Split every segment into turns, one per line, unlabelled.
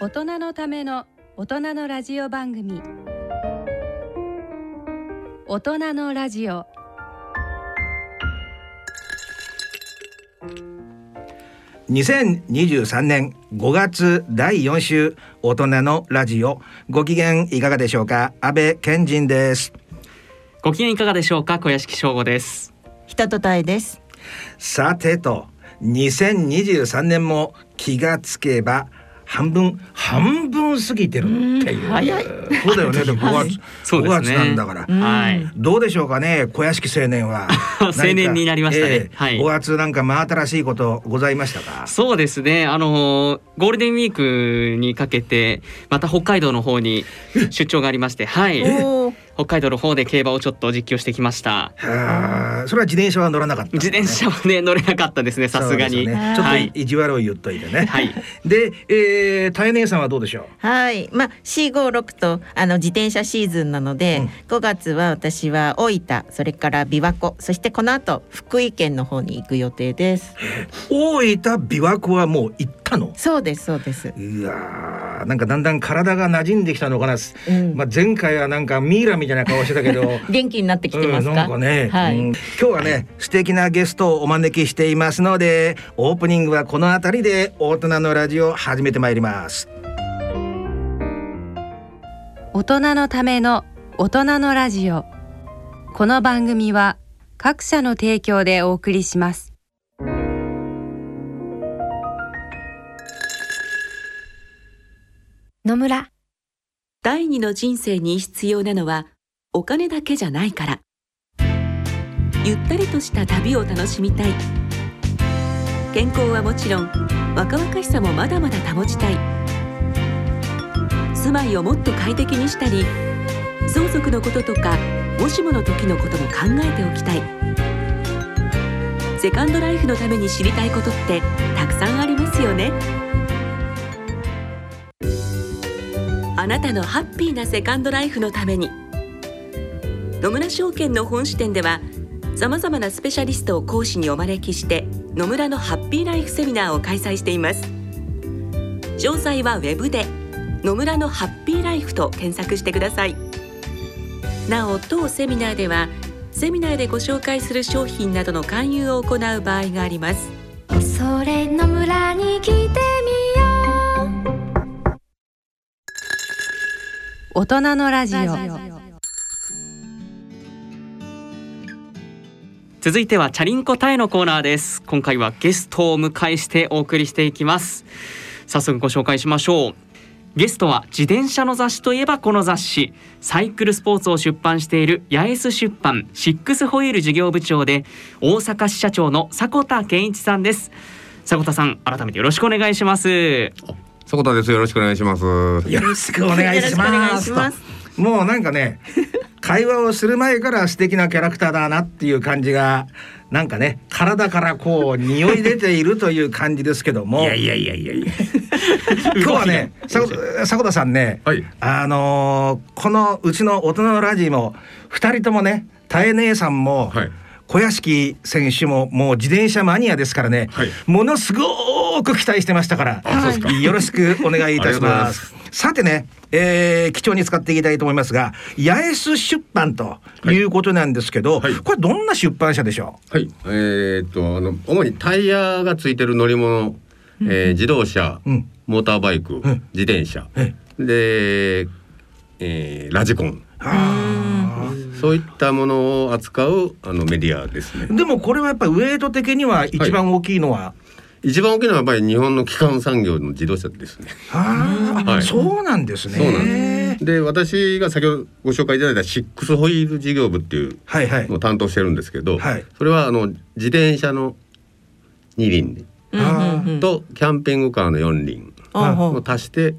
大人のための大人のラジオ番組大人のラジオ
2023年5月第4週大人のラジオご機嫌いかがでしょうか安倍健人です
ご機嫌いかがでしょうか小屋敷翔吾です
人とたいです。
さてと2023年も気がつけば半分半分過ぎてるっていう
うん早い
そうだよねでも5
はい
月
そう
5
です
月
ね
なんだから
うん
はい。
どうでしょうかね小屋敷青年 は
青年になりましたねはい
5月なんか真新しいことございましたか
そうですねあのーゴールデンウィークにかけてまた北海道の 方に出張がありましてはい
お
北
お、
海道の方で競馬をちょっと実況してきました
はあそれは自転車は乗らなかったんだ
自
ね
転車はね乗れなかったですねさすが
そうで
に
よねちょ
は
っ
い
と意地悪を言っといてね。
はい
で、えー、たえ姉さんはどうでしょ
はい、まあ C56 とあの自転車シーズンなので、
うん
5月は私は大分、それから琵琶湖、そしてこの後福井県の方に行く予定です。
う。大分琵琶湖はもう行ったの。
そうですそうです。
うわーなんかだんだん体が馴染んできたのかな。
うん、
まあ、前回はなんかミイラみたいな顔してたけど。
元気になってきてますか。
うん、なんかね、
はい。
うん今日はね素敵なゲストをお招きしていますのでオープニングはこの辺りで大人のラジオ始めてまいります
大人のための大人のラジオこの番組は各社の提供でお送りします
野村
第二の人生に必要なのはお金だけじゃないからゆったりとした旅を楽しみたい健康はもちろん若々しさもまだまだ保ちたい住まいをもっと快適にしたり相続のこととかもしもの時のことも考えておきたいセカンドライフのために知りたいことってたくさんありますよねあなたのハッピーなセカンドライフのために野村証券の本支店ではさまざまなスペシャリストを講師にお招きして野村のハッピーライフセミナーを開催しています詳細はウェブで「野村のハッピーライフ」と検索してくださいなお当セミナーではセミナーでご紹介する商品などの勧誘を行う場合があります
それ野村に来てみよう
大人のラジオ
続いてはチャリンコタイのコーナーです今回はゲストをお迎えしてお送りしていきます早速ご紹介しましょうゲストは自転車の雑誌といえばこの雑誌サイクルスポーツを出版している八重洲出版シックスホイール事業部長で大阪支社長の迫田健一さんです迫田さん改めてよろしくお願いします
そこたです。よろしくお願いします。
よろしくお願いします
よろしくお願いします
ともうなんかね会話をする前から素敵なキャラクターだなっていう感じがなんかね体からこう匂い出ているという感じですけどもいやいやいやいやいや 今日はね迫迫田さんね、
はい
あのーこのうちの大人のラジも2人ともねたえ姉さんも、
はい
小屋敷選手ももう自転車マニアですからね、
はい
ものすごく期待してましたから、
あそうですか
よろしくお願いいたし
ありがとうござい
ま
ますす。
さてね、えー、貴重に使っていきたいと思いますが八重洲出版ということなんですけど、
はい
これどんな出版社でしょ
はい。えーっとあの主にタイヤがついてる乗り物、えー自動車、
うん
モーターバイク、
え
自転車、
え
で、えーラジコン、
うあ
そういったものを扱うあのメディアですね
ー。でもこれはやっぱウエイト的には一番大きいのは、
一番大きいのはやっぱり日本の基幹産業の自動車ですね。
あーあ
はい
そうなんですね。
そうなんです。で私が先ほどご紹介いただいたシックスホイール事業部っていう
はいはい
のを担当してるんですけど、
はい
それはあの自転車の二輪で。
うんうんうん。
とキャンピングカーの4輪
おうおう
を足して、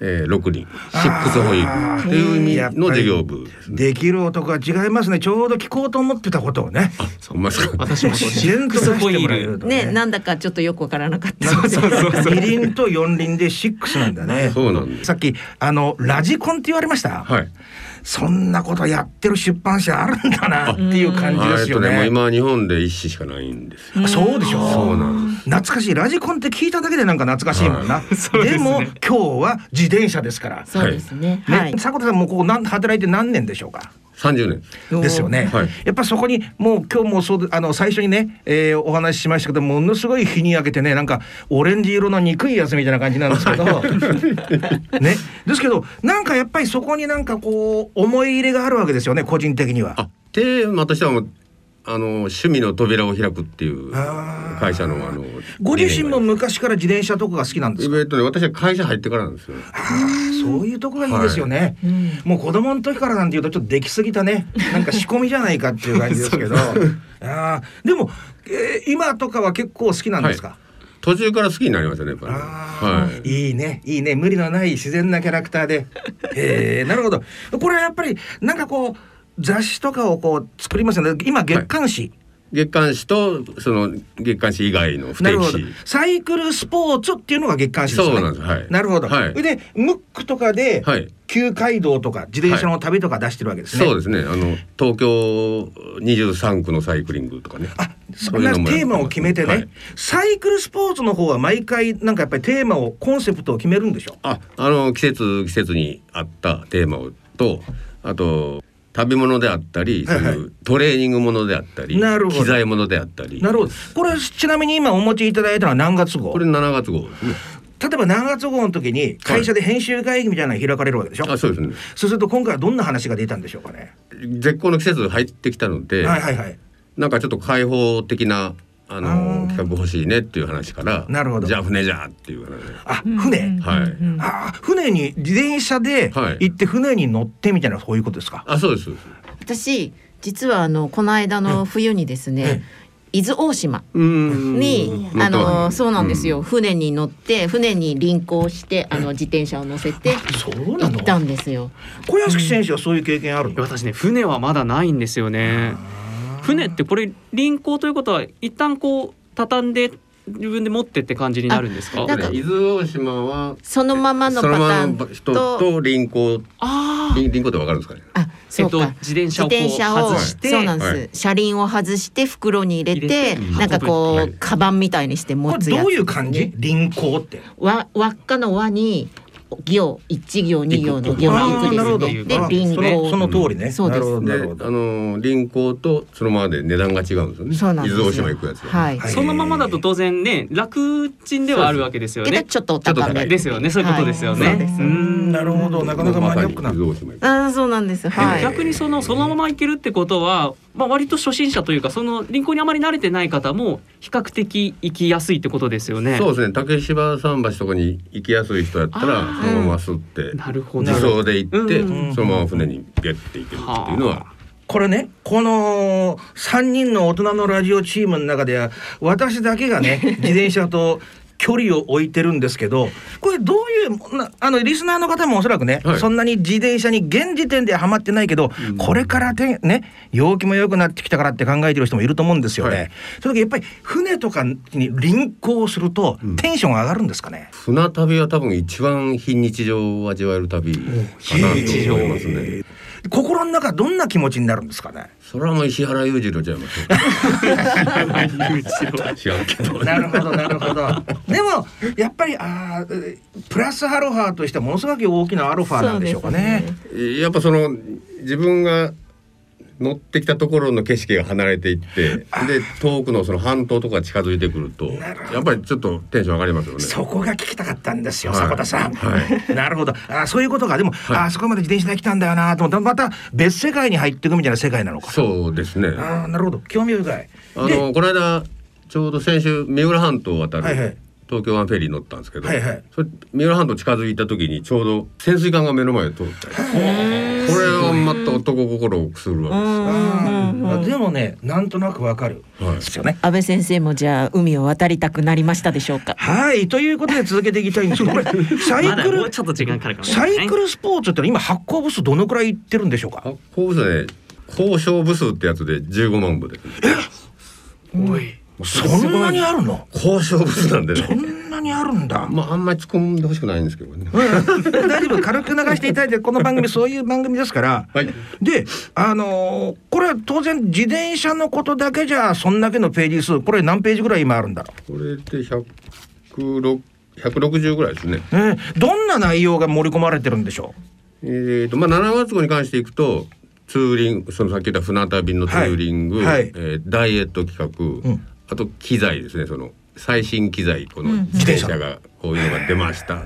えー、6輪シックスホイールっていう意味の事業部ですね。
できる男は違いますねちょうど聞こうと思ってたことをね
あ、そうまさか。
私もそうで
自
す
然と出してもらえると
ね、なんだかちょっとよくわからなかった。
そうそうそう。二輪と四輪でシックスなんだね。
そうなんです。
さっきあのラジコンって言われました。
はい。
そんなことやってる出版社あるんだなっていう感じ
あ
で
えっ
すよ
とね、もう
ね。
今は日本で一種しかないんですよ。
そうでしょ。
そうなんです。
懐かしいラジコンって聞いただけでなんか懐かしいもんな、
そう
で
ですね
も今日は自転車ですから、
そうですね。
ね
はい。
迫田さんもここなん働いて何年でしょうか
三十年。
ですよね、
はい
やっぱそこにもう今日もそうであの最初にね、えーお話ししましたけどものすごい日に焼けてねなんかオレンジ色の憎いやつみたいな感じなんですけどねですけどなんかやっぱりそこになんかこう思い入れがあるわけですよね個人的には。
あ、テーマとしてはもうあの趣味の扉を開くっていう
あー
会社のあの。
ご自身も
理念があ
昔から自転車とかが好きなんで
り
す
ます。
か
えっとね、私は会社入ってからなんですよ。
そういうとこがいいですよね、もう子供の時からなんていうとちょっとできすぎたねなんか仕込みじゃないかっていう感じですけ どあーでも、えー今とかは結構好きなんですか、
は途中から好きになりましたね、やっぱり。
あー
はい。
いいねいいね無理のない自然なキャラクターでえーなるほどこれはやっぱりなんかこう雑誌とかをこう作りますよね今月刊誌、
月刊誌とその月刊誌以外の不
なる
定
ほ
期
ど
誌。
サイクルスポーツっていうのが月刊誌ですよね
そうなんですはい
なるほど、
はい
でムックとかで、
はい
旧街道とか自転車の旅とか出してるわけですね、
そうですね。あの東京二十三区のサイクリングとかね。
あそんな
ういうのもやっ
テー
てます
マを決めてね、
はい
サイクルスポーツの方は毎回なんかやっぱりテーマをコンセプトを決めるんでしょ
あ、あの季節季節に合ったテーマをと、あと食べ物であったり、
はいはい
そういうトレーニングものであったり、
なるほど
機材ものであったり。
なるほどこれちなみに今お持ちいただいたのは何月号
これ七月号ですね。
例えば何月号の時に会社で編集会議みたいなのが開かれるわけでしょ、
あ、そうですね。
そうすると今回はどんな話が出たんでしょうかね、
絶好の季節入ってきたので、
はいはいはい
なんかちょっと開放的なあの
あー
企画欲しいねっていう話から、
なるほど
じゃあ船じゃあっていう話で。
あ船、
はい。
あ船に自転車で
はい
行って船に乗ってみたいなそういうことですか、
あ、そうです。
私実はあのこの間の冬にですね、伊豆大島
うん
に、あのそうなんですよ、。船に乗って船に輪行してあの自転車を乗せて
そう
行
な
った
の
んですよ。
小屋敷選手はそういう経験あるの、
私ね船はまだないんですよね船ってこれ輪行ということは一旦こう畳んで自分で持ってって感じになるんですか
あなんか
伊豆大島は
そのままの
そ
パタ
のま
ーン
まの人
と
と輪行
あ
輪輪行ってわかるんですかね。
あそうか、
えっと自転車をこう
自転
外して
そうなんです、
はい
車輪を外して袋に入れ
入れ
て
て
なんか
運ぶは
こう
い
カバンみたいにして持
こ
つ
れ
やつ
どういう感じ輪行って
わ輪っかの輪に行一行二行の行
あ
に
ー
行くで
なるほ
す
ど
ね。
あ
で
ー
輪
そのそ
行
の通りね、
そうです
なるほどなるほ
で、あ
ど
の輪行とそのままで値段が違うんですよね。
そうなんですよ
伊豆大島行くやつは。
はい
は。い
そのままだと当然ね楽ちんではあるわけですよ
けど
ね
ちょっとお高め
ですよねそういうことですよね、
はいそうです
うーん
なるほどなかなかマニアックな
まさに伊豆大島行く。
あーそうなんです。は
でも
い。
逆にそのそのままいけるってことは、まあ、割と初心者というかその輪行にあまり慣れてない方も比較的行きやすいってことですよね。
そうですね。竹芝桟橋とかに行きやすい人やったら
あ
ー
そのまますって
なるほど
自走で行って
うん
そのまま船にビュッて行けるっていうのは
これねこの3人の大人のラジオチームの中では私だけが ね自転車と距離を置いてるんですけどこれどういうなあのリスナーの方もおそらくね、
はい
そんなに自転車に現時点ではまってないけど、
うん
これからてね陽気も良くなってきたからって考えてる人もいると思うんですよね。
はい
その時やっぱり船とかに輪行すると
うん
テンション上がるんですかね、
船旅は多分一番非日常を味わえる旅かなと思いますね。
心の中どんな気持ちになるんですかね
それはもう石原裕次郎ちゃいますよ。 違うけど。
なるほどなるほど。でもやっぱりああプラスアロハとしてはものすごく大きなアロファなんでしょうかね。
やっぱその自分が乗ってきたところの景色が離れていってで遠くのその半島とか近づいてくると
なるほど
やっぱりちょっとテンション上がりますよね。
そこが聞きたかったんですよ、
はい
迫田さん。
は
なるほど。ああそういうことか。でも、ああそこまで自転車で来たんだよなと思ったらまた別世界に入っていくみたいな世界なのか。
そうですね。あ
ああなるほど。興味深い。で、
のこの間ちょうど先週三浦半島を渡る、
はいはい
東京湾フェリー乗ったんですけど、
はいはい
それ三浦半島近づいた時にちょうど潜水艦が目の前を通ったりこれはまた男心をくすぐるわけですよ。
ああでもねなんとなくわかる。
はい
ですよね。
安倍先生もじゃあ海を渡りたくなりましたでしょうか。
はいということで続けていきたいんですけどこれサイ
まだ
ク
もう
ル
ちょっと時間かかるかもしれな
サ
い、ね。
イクルスポーツってのは今発行部数どのくらいいってるんでしょうか。
発行部数ね交渉部数ってやつで15万部です、ね、
おい
そんなにあるの
高尚物なんで
そ
ね。
んなにあるんだ
まああんまり突っ込んでほしくないんですけどね。
大丈夫軽く流していただいてこの 番組そういう番組ですから、
はい
であのーこれは当然自転車のことだけじゃそんだけのページ数これ何ページぐらい今あるんだろ
これで百六百六十ぐらいですね。
う、ねどんな内容が盛り込まれてるんでしょ
えー、とまあ7月号に関していくとツーリングそのさっき言った船旅のツーリング、
はいはい
えーダイエット企画、
うん
あと機材ですねその最新機材この自転車がこういうのが出ました
う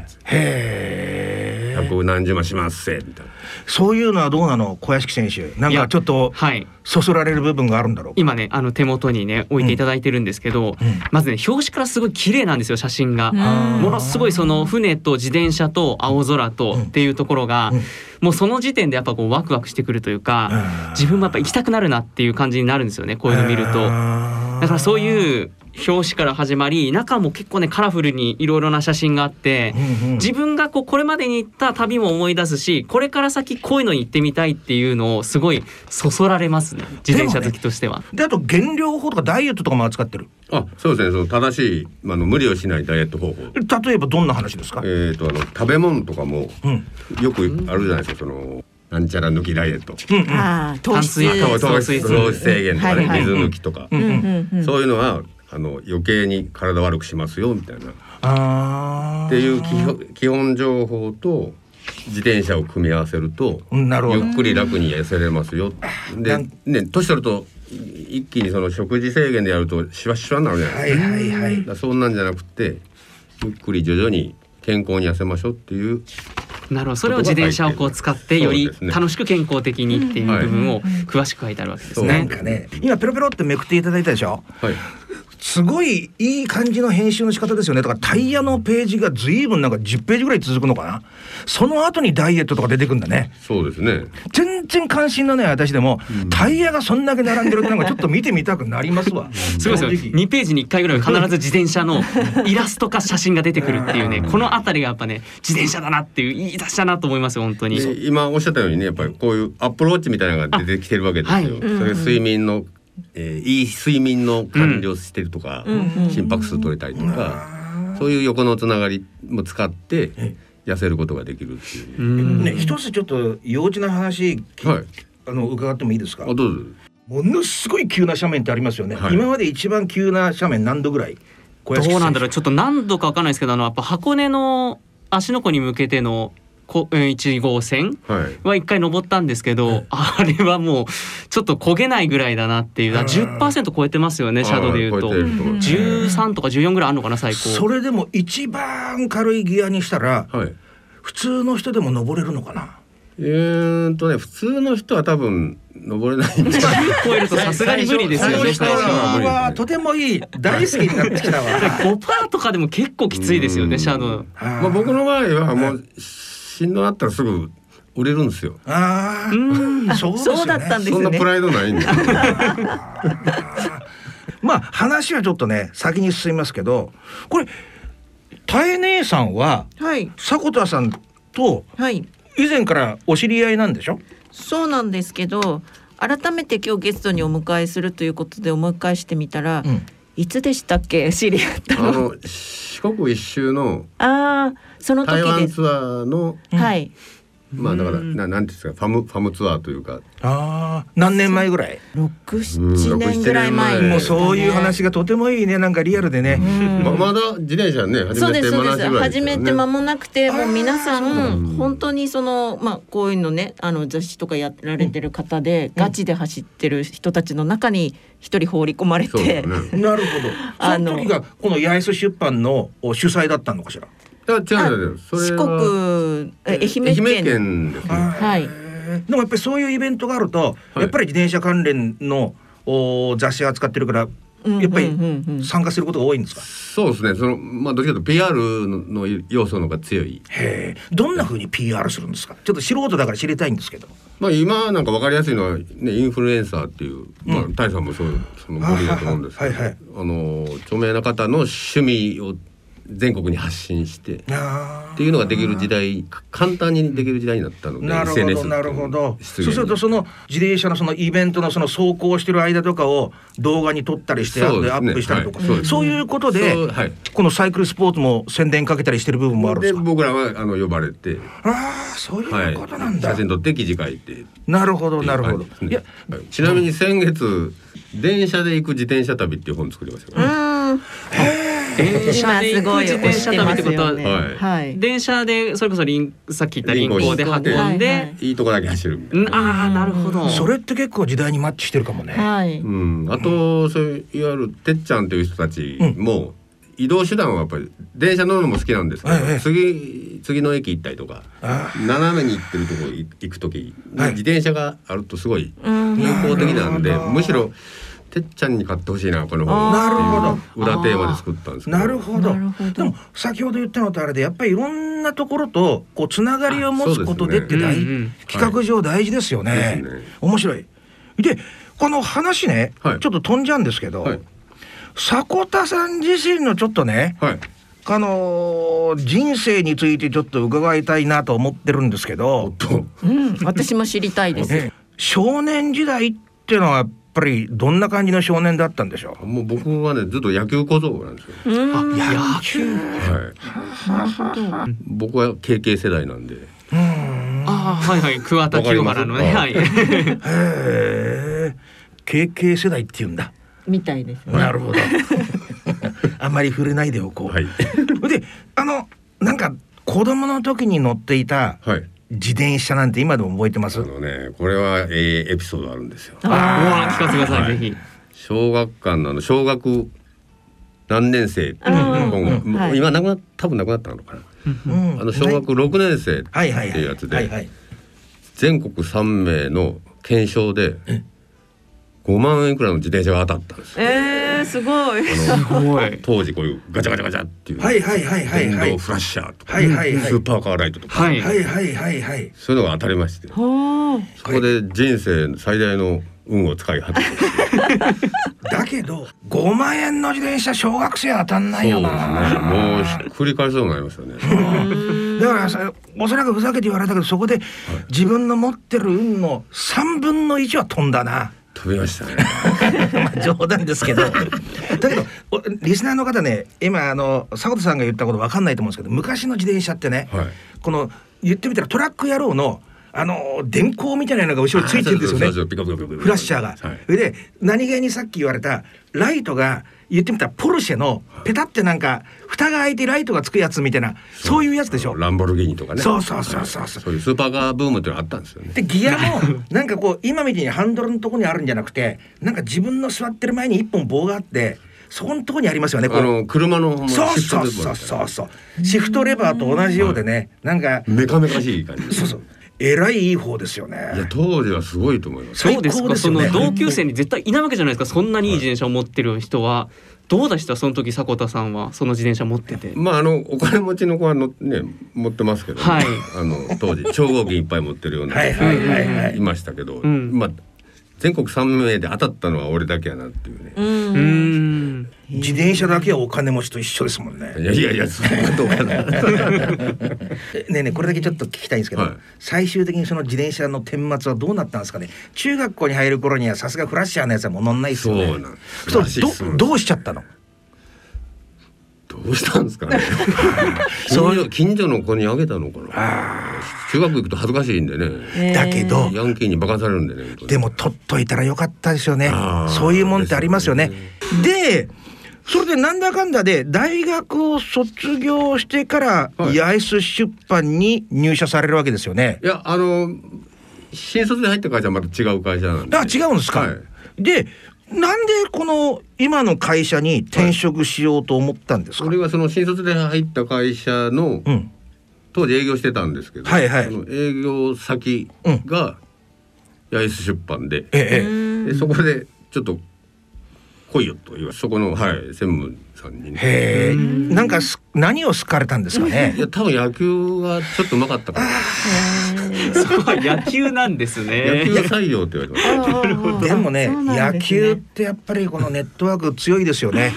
へえ
百何十万しますせみたいな
そういうのはどうなの小屋敷選手なん
い
か
や
ちょっと
はい
そそられる部分があるんだろうか
今ねあの手元にね置いていただいてるんですけど、
うん
まずね表紙からすごい綺麗なんですよ写真が。ものすごいその船と自転車と青空とっていうところが、
うん
もうその時点でやっぱこうワクワクしてくるというか、
うん
自分もやっぱ行きたくなるなっていう感じになるんですよねこういうの見ると。だからそう
う、
いう表紙から始まり中も結構ねカラフルにいろいろな写真があって
う。んうん
自分がこうこれまでに行った旅も思い出すしこれから先こういうのに行ってみたいっていうのをすごいそそられますね自転車好きとしては。
であと減量法とかダイエットとかも扱ってる
あそうですねその正しい、まあ、あの無理をしないダイエット方法
例えばどんな話ですか、
えー、とあの食べ物とかも
うん
よくあるじゃないですかそのなんちゃら抜きダイエット
うんうん
ああ糖質
炭水化物
糖質糖質制限とか
は
ね
いはい
水抜きとか、
うんうん
うん
そういうのはあの余計に体悪くしますよみたいな
あー
っていう基本基本情報と自転車を組み合わせると
うんなるほど
ゆっくり楽に痩せれますよ。で
なん、
ね、年取るとい一気にその食事制限でやるとシワシワになるじゃな
は
いです
い
か。
はいはい
だからそんなんじゃなくてゆっくり徐々に健康に痩せましょうっていう
なるほどそれを自転車をこう使ってより
そうですね
楽しく健康的にっていう部分を詳しく書いてあるわけです
そうな
なん
ね
ん。
かね今ペロペロってめくっていただいたでしょ
はい
すごいいい感じの編集の仕方ですよねだからタイヤのページが随分なんか10ページぐらい続くのかなその後にダイエットとか出てくんだね
そうですね
全然関心のない私でも、タイヤがそんだけ並んでるとなんかちょっと見てみたくなりますわ
すごいです
正
よ
直
2ページに1回ぐらいは必ず自転車のイラストか写真が出てくるっていうねこの辺りがやっぱね自転車だなっていういい出しだなと思います本当に。
で今おっしゃったようにねやっぱりこういうアップローチみたいなのが出てきてるわけですよ。
はい
それ睡眠の、えーいい睡眠の管理をしてるとか、心拍数取れたりとか、そういう横のつながりも使って痩せることができるっていう。
うん
ね一つちょっと幼稚な話、き
はい
あの伺ってもいいですか
あどうぞ。
ものすごい急な斜面ってありますよね、
はい
今まで一番急な斜面何度ぐらい小屋敷
どうなんだろ
選
うちょっと何度かわかんないですけどあのやっぱ箱根の足の湖に向けてのこうん1号線
はい。
は一回登ったんですけどあれはもうちょっと焦げないぐらいだなっていうあ10%超えてますよねシャドウでいうと
あー超え。てると思います
13とか14ぐらいあるのかな
手
最高
それでも一番軽いギアにしたら
はい。
普通の人でも登れるのかな
えー、とね普通の人は多分登れないん で。
超えるとさすがに無理です
こ
よ
の
ね
人
最初は
無理
はとてもいい大好きになってきたわ
5%とかでも結構きついですよ
う
ね
ん
シャドウ
まあ僕の場合はもうしんどなったらすぐ降りるんですよ。
あ
う
ー
ん
そうですよね
そうだったんです
そんな
ね
プライドないんで。
まあ話はちょっとね先に進みますけどこれたえ姉さんは
はい
迫田さんと
はい
以前からお知り合いなんでしょ
そうなんですけど改めて今日ゲストにお迎えするということで思い返してみたら、
うん
いつでしたっけ知り合った
あの四国一周の
ああその
台
時
湾
です
ツアーの
はい
まあだからななんていうんですかファムファムツアーというか
ああ何年前ぐらい
六
うん
七年ぐらい前、
六七年前
もうそういう話がとてもいいねなんかリアルでね、
ままだ自転車ね始
そう
め
で
て
す
間
そう
な
で
し
す
ぐらいです
始
よね
めて間もなくてもう皆さ
うん
ん本当にそのまあこういうのねあの雑誌とかやられてる方でガチで走ってる人たちの中に一人放り込まれ
そうで
て
すね
なるほど
あ
そ
の
の時がこの八重洲出版のお主催だったのかしら
だから違う違う違うそれ
四
は
国え愛媛
愛
県
媛県ですね
はい
でもやっぱりそういうイベントがあると、
はい
やっぱり自転車関連のお雑誌扱ってるからやっぱ
う
り
んうんうんうん
参加することが多いんですか、
そうですねそのまあどっちかというと PR の要素の方が強い
へえどんな風に PR するんですかちょっと素人だから知りたいんですけど
まあ今なんかわかりやすいのはねインフルエンサーっていうまあ
うん
大さんもそうその無理だと思うんですけど
あはいはい
あの著名な方の趣味を全国に発信してっ
あ
ていうのができる時代か簡単にできる時代になったので
なるほ
SNS
どなるほどそ
出
う
現
するとその自転車のそのイベントのその走行してる間とかを動画に撮ったりしてア
そうですね
ップしたりとか
はいそうです
そういうことで
そうはい
このサイクルスポーツも宣伝かけたりしてる部分もあるんで
です
か
僕らはあの呼ばれて、
ああそう
は
いうことなん
い、
だ
写真撮って記事書いて
なるほどなるほ
っ
ど
ていう感じ
い
で
や
すねはいちなみに先月電車で行く自転車旅っていう本作りましたから、
うん
電車
今
です行
ご
く
い
自
押
転
し
車
て
旅っ
ま
て
す
ことは、
よね。
はい
はい。
電車でそれこそリンさっき言った輪行で運んで、
はいはい
いいとこだけ走るみたい
うん
な、
ああなるほど。
それって結構時代にマッチしてるかもね
はい。
うん、あとそういういわゆるてっちゃんという人たちも、移動手段はやっぱり電車乗るのも好きなんですけど、
ええ
次次の駅行ったりとか
あ
斜めに行ってるところ行く時、
はい
自転車があるとすごい
うん
有効的なんで
なるほど
むしろてっちゃんに買ってほしいなこの本
なるほ
ど裏テーマで作ったんですけど
なるほど
なるほど
でも先ほど言ったのとあれでやっぱりいろんなところとこうつながりを持つことでっ
あ
て
そう
です
大、
ねうんうん
企画上大事ですよね,、
はいですね
面白いでこの話ね、
はい
ちょっと飛んじゃうんですけど、
はい
迫田さん自身のちょっとね
はい
あのー人生についてちょっと伺いたいなと思ってるんですけ
おっ
ど、
と
うん。私も知りたいです。
ええ少年時代っていうのはやっぱりどんな感じの少年だったんでしょう
もう僕はねずっと野球小僧なんですよ、
うん。
野球。
はい、僕は KK 世代なんで
ああーはいはい桑田清原のね
わか
はい。
へえ KK 世代っていうんだ
みたいですね。
なるほど。 あんまり触れないでおこう。
はい
で、あの、なんか、子供の時に乗っていた
はい
自転車なんて今でも覚えてます
あ。のねこれはええエピソードあるんですよ
うわ聞かせてくださ
はい
ぜ
い
ひ。
小学館のあの小学何年生
うん
今後
うんはい
今なくな多分なくなったのか
う
な、
ん
あの小学6年生
は
っ
いはいは
て
い。
いうやつ
は
で
いはい。
全国3名の検証で5万円くらいの自転車が当たったんですよ
ええすごい。
すごい。
当時こういうガチャガチャガチャっていう
はいはいはいはい
電
はい
動フラッシャーとか
はいはいはい
スーパーカーライトとか
はい。
はいはいはいはい。
そういうのが当たりまして
ほう。
そこで人生最大の運を使い果たし
だけど、5万円の自転車小学生当たんないよな。
そうですねもうひっくり返しそうになりましたね
だからさ、おそらくふざけて言われたけど、そこで自分の持ってる運の3分の1は飛んだな。
飛びましたね
まあ冗談ですけど だけどおリスナーの方ね今あの迫田さんが言ったこと分かんないと思うんですけど昔の自転車ってね、
はい
この言ってみたらトラック野郎のあの電光みたいなのが後ろについてるんですよね
そうそうそうピカピカピカピカ
フラッシャーが。
はい
それで何気にさっき言われたライトが言ってみたらポルシェのペタってなんか蓋が開いてライトがつくやつみたいなそういうやつでしょ。
ランボルギーニとかね
そうそうそうそうそう
そういうスーパーカーブームっていうのあったんですよね
でギアもなんかこう今みたいにハンドルのとこにあるんじゃなくてなんか自分の座ってる前に一本棒があってそこのとこにありますよねこ
あ
の
の車のほんま
そう
シフト
そう
レバ
そう
ーみたいな
そうそうシフトレバーと同じようでねなんか
メカメカしい感じ
そうそうえらいいい方ですよ
いや
ね
当時はすごいと思います
最
ど
高
う
で
ですす
よ
か
ね
その同級生に絶対いないわけじゃないですかそんなにいい自転車を持ってる人はどうでしたその時迫田さんはその自転車持ってて
まああのお金持ちの子はのね持ってますけど、
はい
あの当時超合金いっぱい持ってるような
はいはいはいはい
いましたけど、
ん
まあ全国3名で当たったのは俺だけやなっていうね、
うーん
自転車だけはお金持ちと一緒ですもんね
いやいやいやそんなことはない
えねえねえこれだけちょっと聞きたいんですけど、
はい
最終的にその自転車の顛末はどうなったんですかね中学校に入る頃にはさすがフラッシャーのやつはもう乗んないですよね
そうなんです
そ
らしいっす
うどどうしちゃったの
どうしたんです かねそういう近所の子にあげたのかな中学行くと恥ずかしいんでね
だけど、
ヤンキーにバカされるんでね
でも取っといたらよかったですよね
あー
そういうもんってありますよねでそれでなんだかんだで大学を卒業してから
はい
八重洲出版に入社されるわけですよね
いやあの新卒で入った会社はまた違う会社なんで
あ違うんですか、
はい
でなんでこの今の会社に転職しようと思ったんですか、
それはその新卒で入った会社の
うん
当時営業してたんですけど、
はいはい
その営業先が八重洲出版で,、
え
でそこでちょっと来いよと言わそこの、はい、専務さんに
え
ね
へえなんかす何を好かれたんですかね
いや多分野球がちょっとうまかったから
そこは野球なんです
野
ね
球採用って言われてました
でもね
そうな
野
んです
球ってやっぱりこのネットワーク強いですよね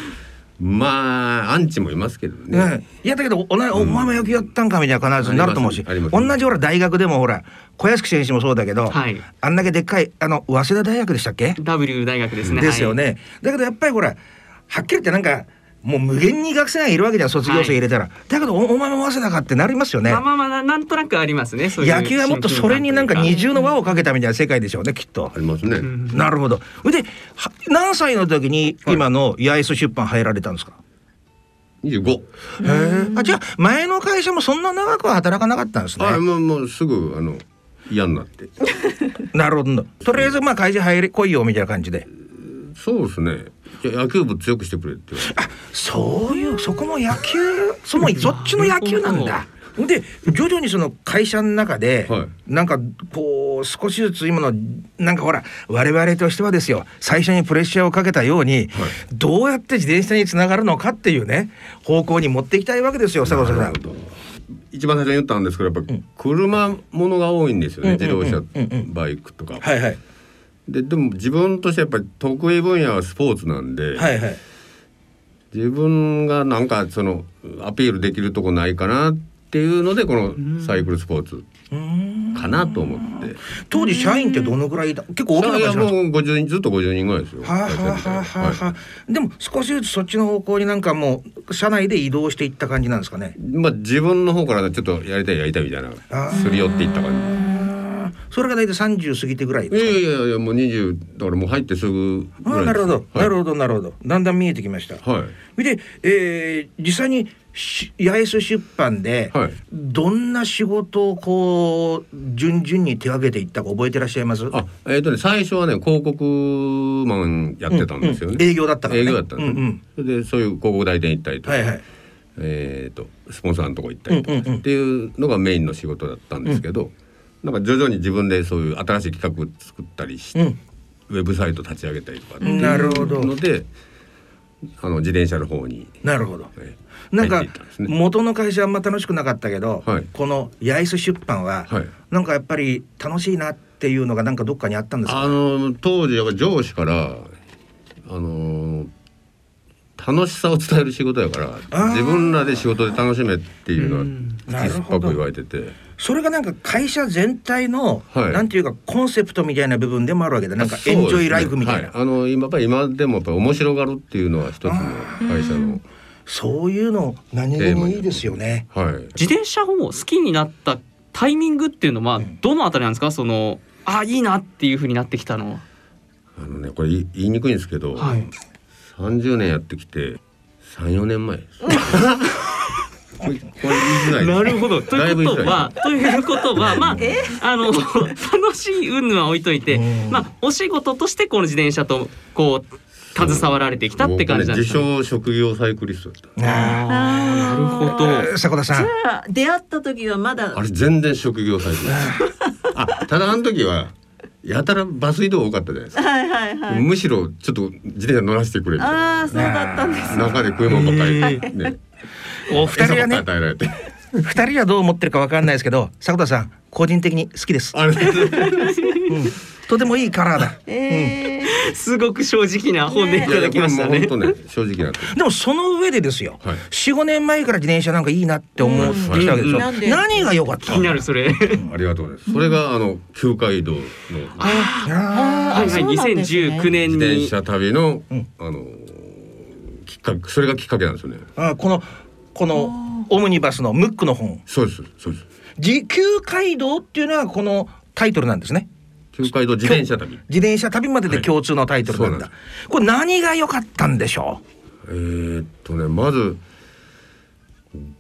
まあアンチもいますけどね。
ね、いやだけどおなお前も野球やったんかみたいな必ずなると思うし、
ありますあります
同じほら大学でもほら小屋敷選手もそうだけど、
はい
あんだけでっかいあの早稲田大学でしたっけ
W 大学ですね。
ですよね、
はい
だけどやっぱりほらはっきり言ってなんかもう無限に学生がいるわけじゃん卒業生入れたら、だけどおお前も早稲田かってなりますよね
まあまあまあななんとなくありますね。そういう
野球はもっとそれになんか
親
二
近
重の輪をかけたみたいな世界でしょうねきっと
あ。りますね。
ん
なるほどでは何歳の時に今の八重洲出版入られたんですか、
二十五。
へえあじゃあ前の会社もそんな長くは働かなかったんですね。
あもうもうすぐあの嫌になって。
なるほど。とりあえずまあ会社入り来いよみたいな感じで。
そうですね。いや野球部強くしてくれって言われて。
そういうそこも野球、そのそっちの野球なんだ。で徐々にその会社の中で、
はい
なんかこう少しずつ今のなんかほら我々としてはですよ最初にプレッシャーをかけたように、どうやって自転車につながるのかっていうね方向に持っていきたいわけですよ佐藤さん。
一番最初に言ったんですけどやっぱ車ものが多いんですよね、
うんうんうん
自動
うんう
車バイクとか、
はいはい
ででも自分としてやっぱり得意分野はスポーツなんで、
はいはい。
自分がなんかそのアピールできるとこないかなっていうのでこのサイクルスポーツ
うーん
かなと思って、
当時社員ってどのぐらいいた結構大きな
あ
会
い
社なん
や
ですか
もう50人ずっと50人ぐらいですよ。
はあ、はあはあはあはあ
は
でも少しずつそっちの方向になんかもう社内で移動していった感じなんですかね。
いまあ自分の方からちょっとやりたいやりたいみたい
あ
な
ー
すり寄っていった感
それが大体三十過ぎてぐらい
じ。い
です
や
か。
いやいやもう20だからもう入ってすぐぐ
ああ
らいです。
なるほど、
はい
なるほどなるほどだんだん見えてきました。
はい。
で、えー実際にし八重洲出版で、
はい
どんな仕事をこう順々に手がけていったか覚えてらっしゃいます
あ、えっ、とね最初はね広告マンやってたんですよね。
うんうん営業だったからね
営業だったんですよ、
うんうん
それでそういう広告代理店行ったりと
は
か、
いはい
えっ、とスポンサーのとこ行ったりとか
うんうんうん
っていうのがメインの仕事だったんですけど、なんか徐々に自分でそういう新しい企画作ったりして、
うん
ウェブサイト立ち上げたりとかっていう
なるほど
ので、あの自転車の方に、
なるほど。
えー
なんか
入っていったんですね
元の会社はあんま楽しくなかったけど、
はい
この八重洲出版は、
はい
なんかやっぱり楽しいなっていうのがなんかどっかにあったんですか
あの当時やっぱ上司からあの楽しさを伝える仕事やから
あー
自分らで仕事で楽しめっていうのは口酸っぱく言われてて
それがなんか会社全体の、
はい
なんていうかコンセプトみたいな部分でもあるわけでなんか
そう
エ
で
ン
すね
ジョイライフみたいな
はあの今やっぱり今でもやっぱ面白がるっていうのは一つの会社の
そういうの何気にいいですよね。
はい
自転車を好きになったタイミングっていうのはどのあたりなんですかそのあいいなっていうふうになってきたのは、
あのねこれ言い言いにくいんですけど、
はい、
30年やってきて34年前です これこれ言いづらいです
なるほどと
だ
い
いうぶ言
こ
いづ
と
ら
はということはまああの楽しい云々は置いといて、まあ、お仕事としてこの自転車とこう携わられてきたって感じなんですか
僕
ね。
ね自称職業サイクリストだった
あーなるほど
迫田さん
あ出会った時はまだ
あれ全然職 業サイクル。あ、ただあの時はやたらバス移動多かったじゃないですか。
はいはいはい。
むしろちょっと自転車乗らせてくれみたいな
ああそうだったんです。
中で食い物ばっかりね、
お二人
餌ば
は
っ
ね
かり与えられて。
二人はどう思ってるかわかんないですけど迫田さん個人的に好きです。
あれ、
とてもいいカラーだ。
ええ
すごく正直な本でい
いや
た
い
だ
や
き
これ
ました
もう本
ね。
当ね正直なとこ。
でもその上でですよ、
はい
四五45年前から自転車なんかいいなって思ってきたわけでしょ、
うんなんで
何が良かっ
気
た
になるそれ。
ありがとうございます。それがあの旧街道の
いや
あ
はいはい、
そうなんですね
2019年
自
に。
転車旅の
ん
あのきっかけそれがきっかけなんですよね。
ーあこのこのオムニバスのムックの本
そうですそうです。
「時給街道」っていうのがこのタイトルなんですね
旧街道自転車旅。
自転車旅までで共通のタイトルなんだ、
はい
これ何が良かったんでしょ
えーっとねまず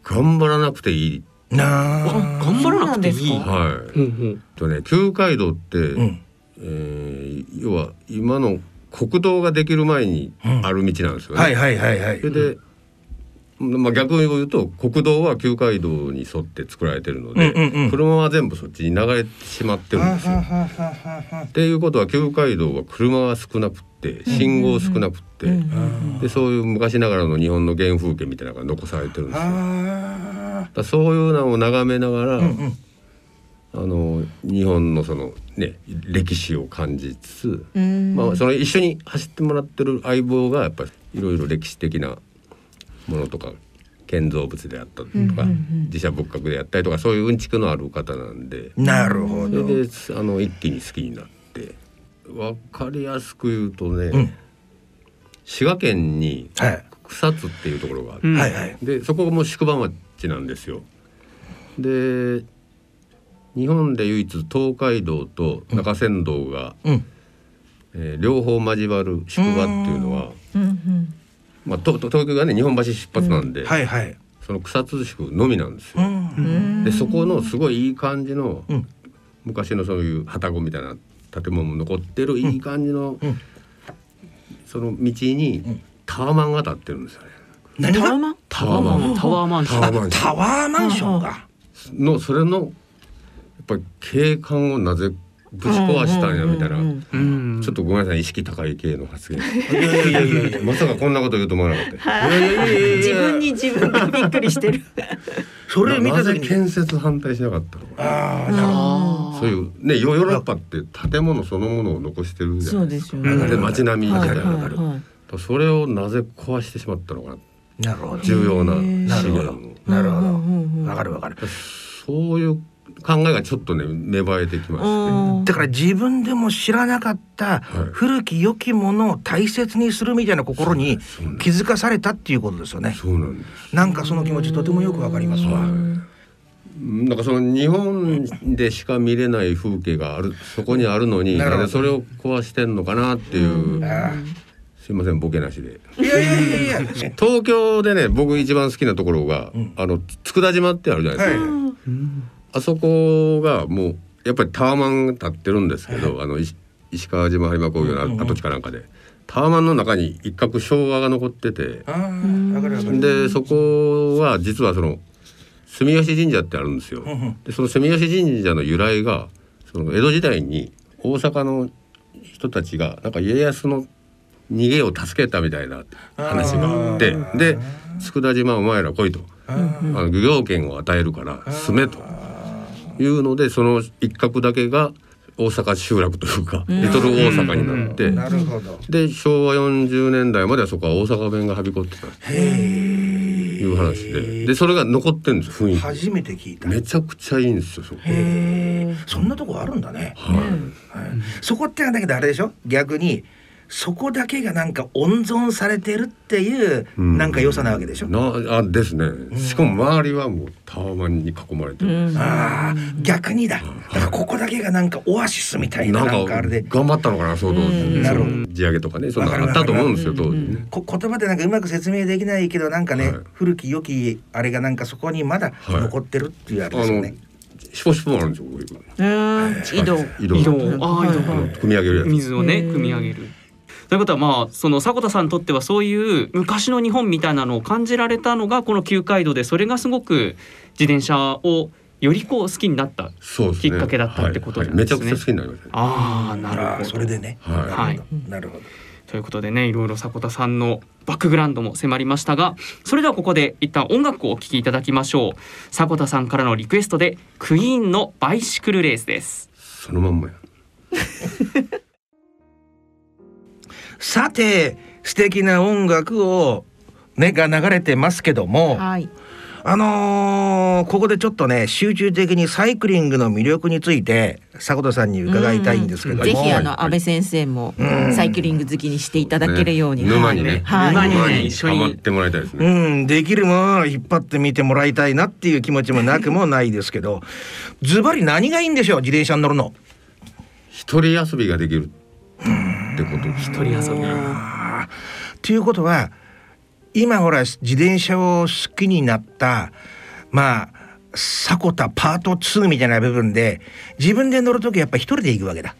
頑張らなくていい。
うな
あ
あ
頑張らなくてい
そう
い。
なん
はい。
うんうん
えっとね旧街道って、
うん
えー要は今の国道ができる前にある道なんですよね。
はいはいはいはい
それで、まあ、逆を言うと国道は旧街道に沿って作られてるので、
うんうんうん
車は全部そっちに流れてしまってるんですよ。っていうことは旧街道は車が少なくって信号少なくって、でそういう昔ながらの日本の原風景みたいなのが残されてるんですよ。
あ
だからそういうのを眺めながら、
ん
あの日本のそのね歴史を感じつつ、
うん
まあその一緒に走ってもらってる相棒がやっぱりいろいろ歴史的なものとか建造物であったとか、
うんうんうん
自社仏閣であったりとかそういううんちくのある方なんで
なるほ
それ
ど。
であの一気に好きになってわかりやすく言うとね、
うん
滋賀県に
はい。
草津っていうところがあって、
うん
はいはい。
でそこも宿場町なんですよ。で日本で唯一東海道と中山道が、
うん。
えー両方交わる宿場っていうのは、
うんうん
まあ、とと東京がね日本橋出発なんで、
はいはい。
その草津宿のみなんです
う。
よ。
うんん
でそこのすごいいい感じの、
うん
昔のそういう旅籠みたいな建物も残ってるいい感じの、
うん
その道にタワマンが建ってるんですよね。
何
タワ
が
マン
タワマン
タワーマンショ
タ
ン
ワマン
タワーマンションが。
のそれのやっぱり景観をなぜぶち壊したんやみたいな、
うんうんうん
うん
ちょっとごめんなさい意識高い系の発言
いやいやいやいやいや。
まさかこんなこと言うと思わなか った
いやいやいやいや
自分に自分がびっくりしてる
それを見
な
た
ぜ
時に。
建設反対しなかったのか
ああ、なるほど。
なそういうねヨヨーロッパって建物そのものを残してるじゃ
そ
な
う
いで
ですす
か
よ
う
ね
ん
で街並みみ
はい
た
はいい
なのがある
は
それをなぜ壊してしまったのか
な
な
るほど。
重要な資
なる
源
ほ
を
なるほ
うんうんうん
ど。
うん
わかるわかる。
そういう考えがちょっとね芽生えてきま
い
して。
うん
だから自分でも知らなかった
はい
古き良きものを大切にするみたいな心に気づかされたっていうことですよね。
そうなんです
なんかその気持ちとてもよくわかりますわ。
うんなんかその日本でしか見れない風景があるそこにあるのに
なるほど
なんでそれを壊してんのかなっていう、
あ
すいませんボケなしで
あいやいやいやいや。
東京でね僕一番好きなところが、
ん
あの佃島ってあるじゃないですか、
は
あそこがもうやっぱりタワマン立ってるんですけど、あの石石川島播磨工業の跡地かなんかで、タワマンの中に一角昭和が残ってて
い。ああ、わかるわかる。
でそこは実はその住吉神社ってあるんですよ。
うんうん
でその住吉神社の由来がその江戸時代に大阪の人たちがなんか家康の逃げを助けたみたいな話があってで佃島お前ら来いと、
あ
あの漁業権を与えるから住めというのでその一角だけが大阪集落というか、リトル大阪になって、
あなるほど。
で昭和40年代まではそこは大阪弁がはびこってたという話ででそれが残ってるんです雰囲気
初めて聞いた。
めちゃくちゃいいんですよそこ。
そんなとこあるんだね。
はい
はいそこってだけどあれでしょ逆にそこだけがなんか温存されてるっていう
うん
なんか良さなわけでしょ、
なあですねしかも周りはもうタワマンに囲まれてる、
ああ逆にだだからここだけがなんかオアシスみたいな
な
なん
ん
か
か
あれで
頑張ったのかな相当、
うん
なる
そ
ほど
の地上げとかねそんなのあったと思うんですよ
わかる
当
わか
時
る
ね、
こ言葉でなんかうまく説明できないけどなんかね、
はい
古き良きあれがなんかそこにまだ
はい
残ってるっていうあれで
あ
すよ
の
ね。
シポシポあるんですよこういう
うん井戸
移動
移動
はい
あー移動
あ
は
の
い
組み上げるやつ
水をね
へー
組み上げる。ということはまあその迫田さんにとってはそういう昔の日本みたいなのを感じられたのがこの旧街道でそれがすごく自転車をよりこう好きになった。
そうですね
きっかけだったってことなん
は
で
い
すね
はいめちゃくちゃ好きになりましたね
ああな
あ
る
あ
ほ
そ
ど
れ。でね、
は
な
い
るほどなるほど
ということでねいろいろ迫田さんのバックグラウンドも迫りましたがそれではここで一旦音楽をお聴きいただきましょう迫田さんからのリクエストでクイーンのバイシクルレースです
そのまんまや
さて素敵な音楽をねが流れてますけども、
はい
あのーここでちょっとね集中的にサイクリングの魅力について迫田さんに伺いたいんですけども、
ぜひあ
は
の安倍先生もサイクリング好きにしていただけるように、
ね沼にね、
はい
沼にね
沼に
一緒に
ハマってもらいたいです
い、う
ね、
んできるものを引っ張ってみてもらいたいなっていう気持ちもなくもないですけどズバリ何がいいんでしょう自転車に乗るの
一人遊びができるってことですね
一人遊び
ということは今ほら自転車を好きになったまあ迫田パート2みたいな部分で自分で乗る時やっぱ一人で行くわけだ。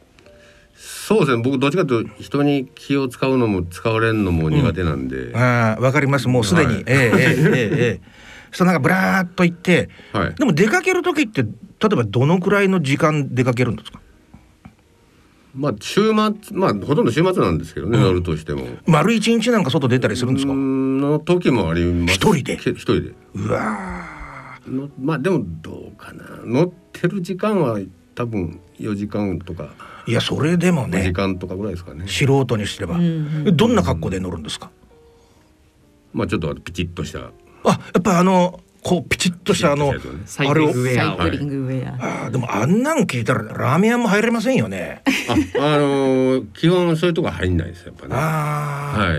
そうですね僕どっちかというと人に気を使うのも使われるのも苦手なんで、
ああわかりますもうすでに、
はい
ええええええええ そうなんかブラーっと行って、
はい
でも出かける時って例えばどのくらいの時間出かけるんですか
まあ週末まあほとんど週末なんですけどね、乗るとしても。
丸一日なんか外出たりするんですか、
うーんの時もあります。
一人で
け一人で。
うわ
のまあでもどうかな。乗ってる時間は多分4時間とか
ーいやそれでも
5時
ね
間とかぐらいですかね。
素人にすれば、
ん
どんな格好で乗るんですか、
まあちょっとピチッとした
あやっぱりあのこうピチッとしたあの
ピチッとした
サ
やつをね
イクリングウェア
サ
を
イクリングウェア。
あーでもあんなん聞いたらラーメン屋も入れませんよね。
あ、あのー基本そういうとこ入んないですよやっぱね。
ああ、
は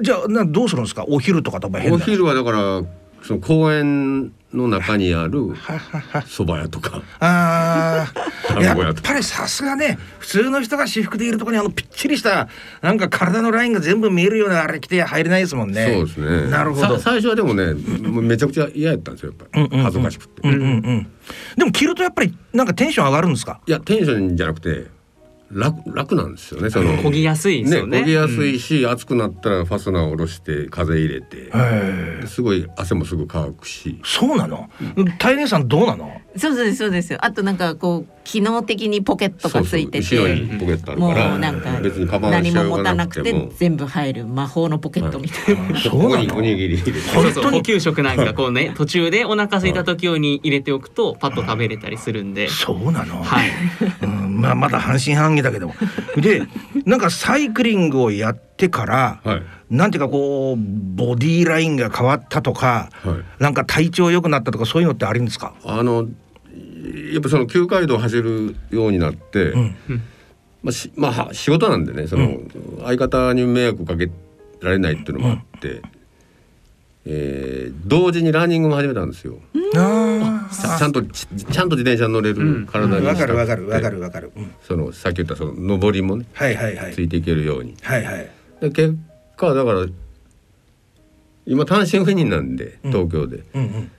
い。
じゃあなどうするんですかお昼とかとか変な
お昼はだからその公園の中にある蕎麦屋とか
あ あや
卵屋
っ
と
ぱりさすがね普通の人が私服でいるところにあのぴっちりしたなんか体のラインが全部見えるようなあれ着て入れないですもんね。
そうですね
なるほど
さ最初はでもねもうめちゃくちゃ嫌やったんですよやっぱり、
うんうんうん
恥ずかしくて、
うんうんうん。でも着るとやっぱりなんかテンション上がるんですか。
いやテンションじゃなくて楽楽なんですよねその
漕ぎやすいですよね
漕ぎやすいし、暑くなったらファスナーを下ろして風入れて、すごい汗もすぐ乾くし
そうなの。大変さんどうなの。
そうそうですそうです。あとなんかこう機能的にポケットがついて
そうそう後ろ
て。
にポケットある
も
から
うなんか
別にカバン
何
しよ
も
う
持
が
たな
な
く
く
て
ても
全部入る魔法のポケットみたいな、
ここにおにぎり入れて
そうそう補給食なんかこうね途中でお腹空いた時用に入れておくとパッと食べれたりするんで
そうなの。
はい
うん、まあまだ半信半疑だけども。で、なんかサイクリングをやってから、
はい
なんていうかこうボディーラインが変わったとか、
はい
なんか体調良くなったとかそういうのってあるんですか。
あのやっぱその旧街道を走るようになって、
ん
まあしまあは仕事なんでねその、相方に迷惑かけられないっていうのもあって、えー同時にランニングも始めたんですよ。
あ
ちゃちゃんとちちゃんと自転車に乗れる
あ、
体に
わ
した
か
くて
るわかるわかるわかる。うん
そのさっき言ったその上りもね
はいはいはい
つ。いていけるように。
はいはい。
で結果だから今単身赴任なんで東京で、
うんうん。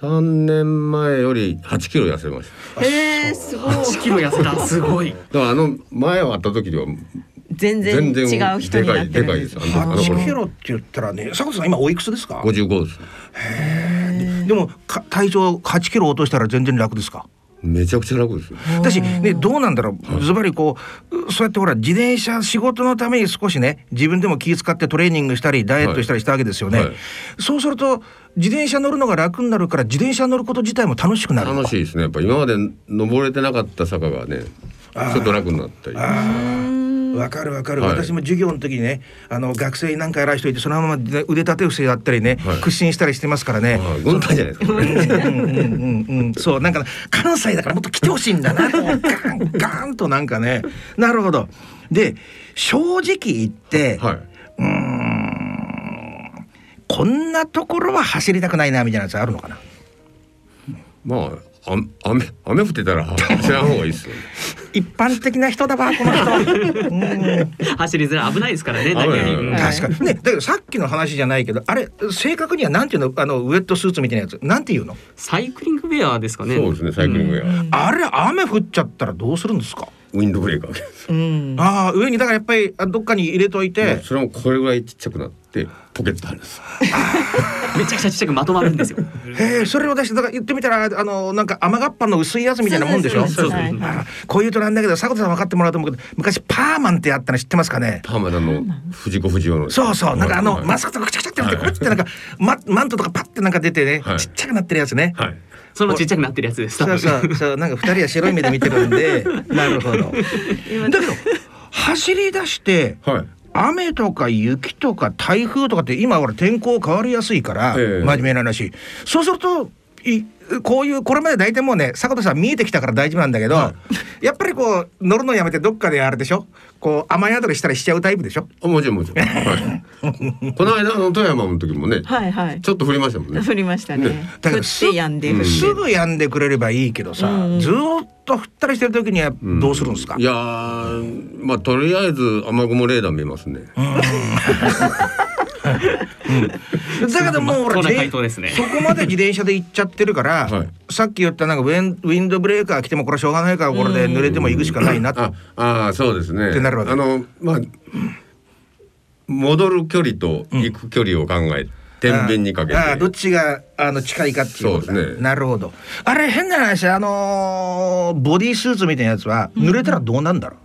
3年前より8キロ痩せました。
えー、すごい
1キロ痩せたすごい
だからあの前会った時では
全然
全然
違う人になってるん
でかいでかいですあの
8キロって言ったらね、佐藤さん今おいくつですか。
55です
でもか体重8キロ落としたら全然楽ですか。
めちゃくちゃ楽ですよ
私ねどうなんだろうズバリこううそうやってほら自転車仕事のために少しね自分でも気遣ってトレーニングしたりダイエットしたりしたわけですよね、
はいはい
そうすると自転車乗るのが楽になるから自転車乗ること自体も楽しくなる
楽しいですねやっぱ今まで登れてなかった坂がねちょっと楽になったり
わかるわかる、
はい
私も授業の時にねあの学生なんか偉い人いてそのままで腕立て伏せやったりね、
はい
屈伸したりしてますからね、
ああ軍隊じゃないですかこれ
うんうんうんうんそうなんか関西だからもっと来てほしいんだなガンガーンとなんかねなるほどで正直言って、
はいう
ーんこんなところは走りたくないなみたいなやつあるのかな
まああ雨雨降ってたら走らん方がいいですよね
一般的な人だわこの 人、うん
走りづらい危ないですからね何より
危
も
ない
確かにねだけどさっきの話じゃないけどあれ正確にはなんていうのあのウエットスーツみたいなやつなんていうの、
サイクリングウェアですかね
そうですねサイクリングや、
あれ雨降っちゃったらどうするんですか、
ウィンドブレーカー
うん、
ああ上にだからやっぱりあどっかに入れといて、
それもこれぐらいちっちゃくなってポケットあるんです
めちゃくちゃちっちゃくまとまるんですよ
へえそれを出してだから言ってみたらあのなんか雨がっぱの薄いやつみたいなもんでしょ
そうですそうです
ああこういうとなんだけど迫田さん分かってもらうと思うけど昔パーマンってあったの知ってますかね
パーマダの藤子不二雄の
そうそうなんかあのマス
ク
クとかくちゃくちゃってなって
は
こ
いう
やってなんかママントとかパッてなんか出てね
はい
ちっちゃくなってるやつね
はい
そのちっちゃくなってるやつです多
そ
分
うそうそうなんか二人は白い目で見てるんでなるほ どだけど走り出して
はい
雨とか雪とか台風とかって今ほら天候変わりやすいから、
ええ
真面目な話そうするといこういうこれまで大体もうね坂田さん見えてきたから大丈夫なんだけど、やっぱりこう乗るのやめてどっかであれでしょこう雨宿りしたりしちゃうタイプでしょ
あもちろんもちろん、はい、 この間の富山の時もね
はいはい
ちょっと降りましたもんね
降りましたね
だ
降
か
っ
らす
てやんで降っ
す
て
ぐやんでくれればいいけどさ、ずーっと降ったりしてる時にはどうするんですか、
いやーまあとりあえず雨雲レーダー見ますね。
だけどもうほら
真っ当な
ぜ
回答ですね
そこまで自転車で行っちゃってるから、
はい
さっき言ったなんかウェンウィンドブレーカー来てもこれしょうがないからこれで濡れても行くしかないなって
あ、あーそうですね。
ってなるわけ
あのまあ戻る距離と行く距離を考え、天秤にかけて。
ああどっちがあの近いかっていうことだ
そうですね
なるほどあれ変な話あのーボディースーツみたいなやつは濡れたらどうなんだろ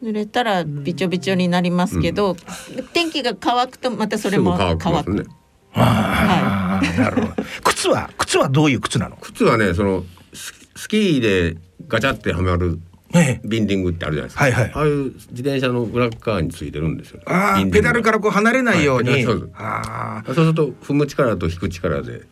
う、
濡れたらびちょびちょになりますけど、天気が乾くとまたそれ
すぐ
も乾
乾
く
きますね。
は
ああなるほど 靴は靴はどういう靴なの
靴はねそのススキーでガチャってはまる
えええ
ビンディングってあるじゃないですか、
はいはい
ああいう自転車の裏側についてるんですよ、ね、
あ
ビ
あ
ンディ
ペ
ング
ダルからこう離れないように、
はいペダルそうです
あ
そうすると踏む力と引く力で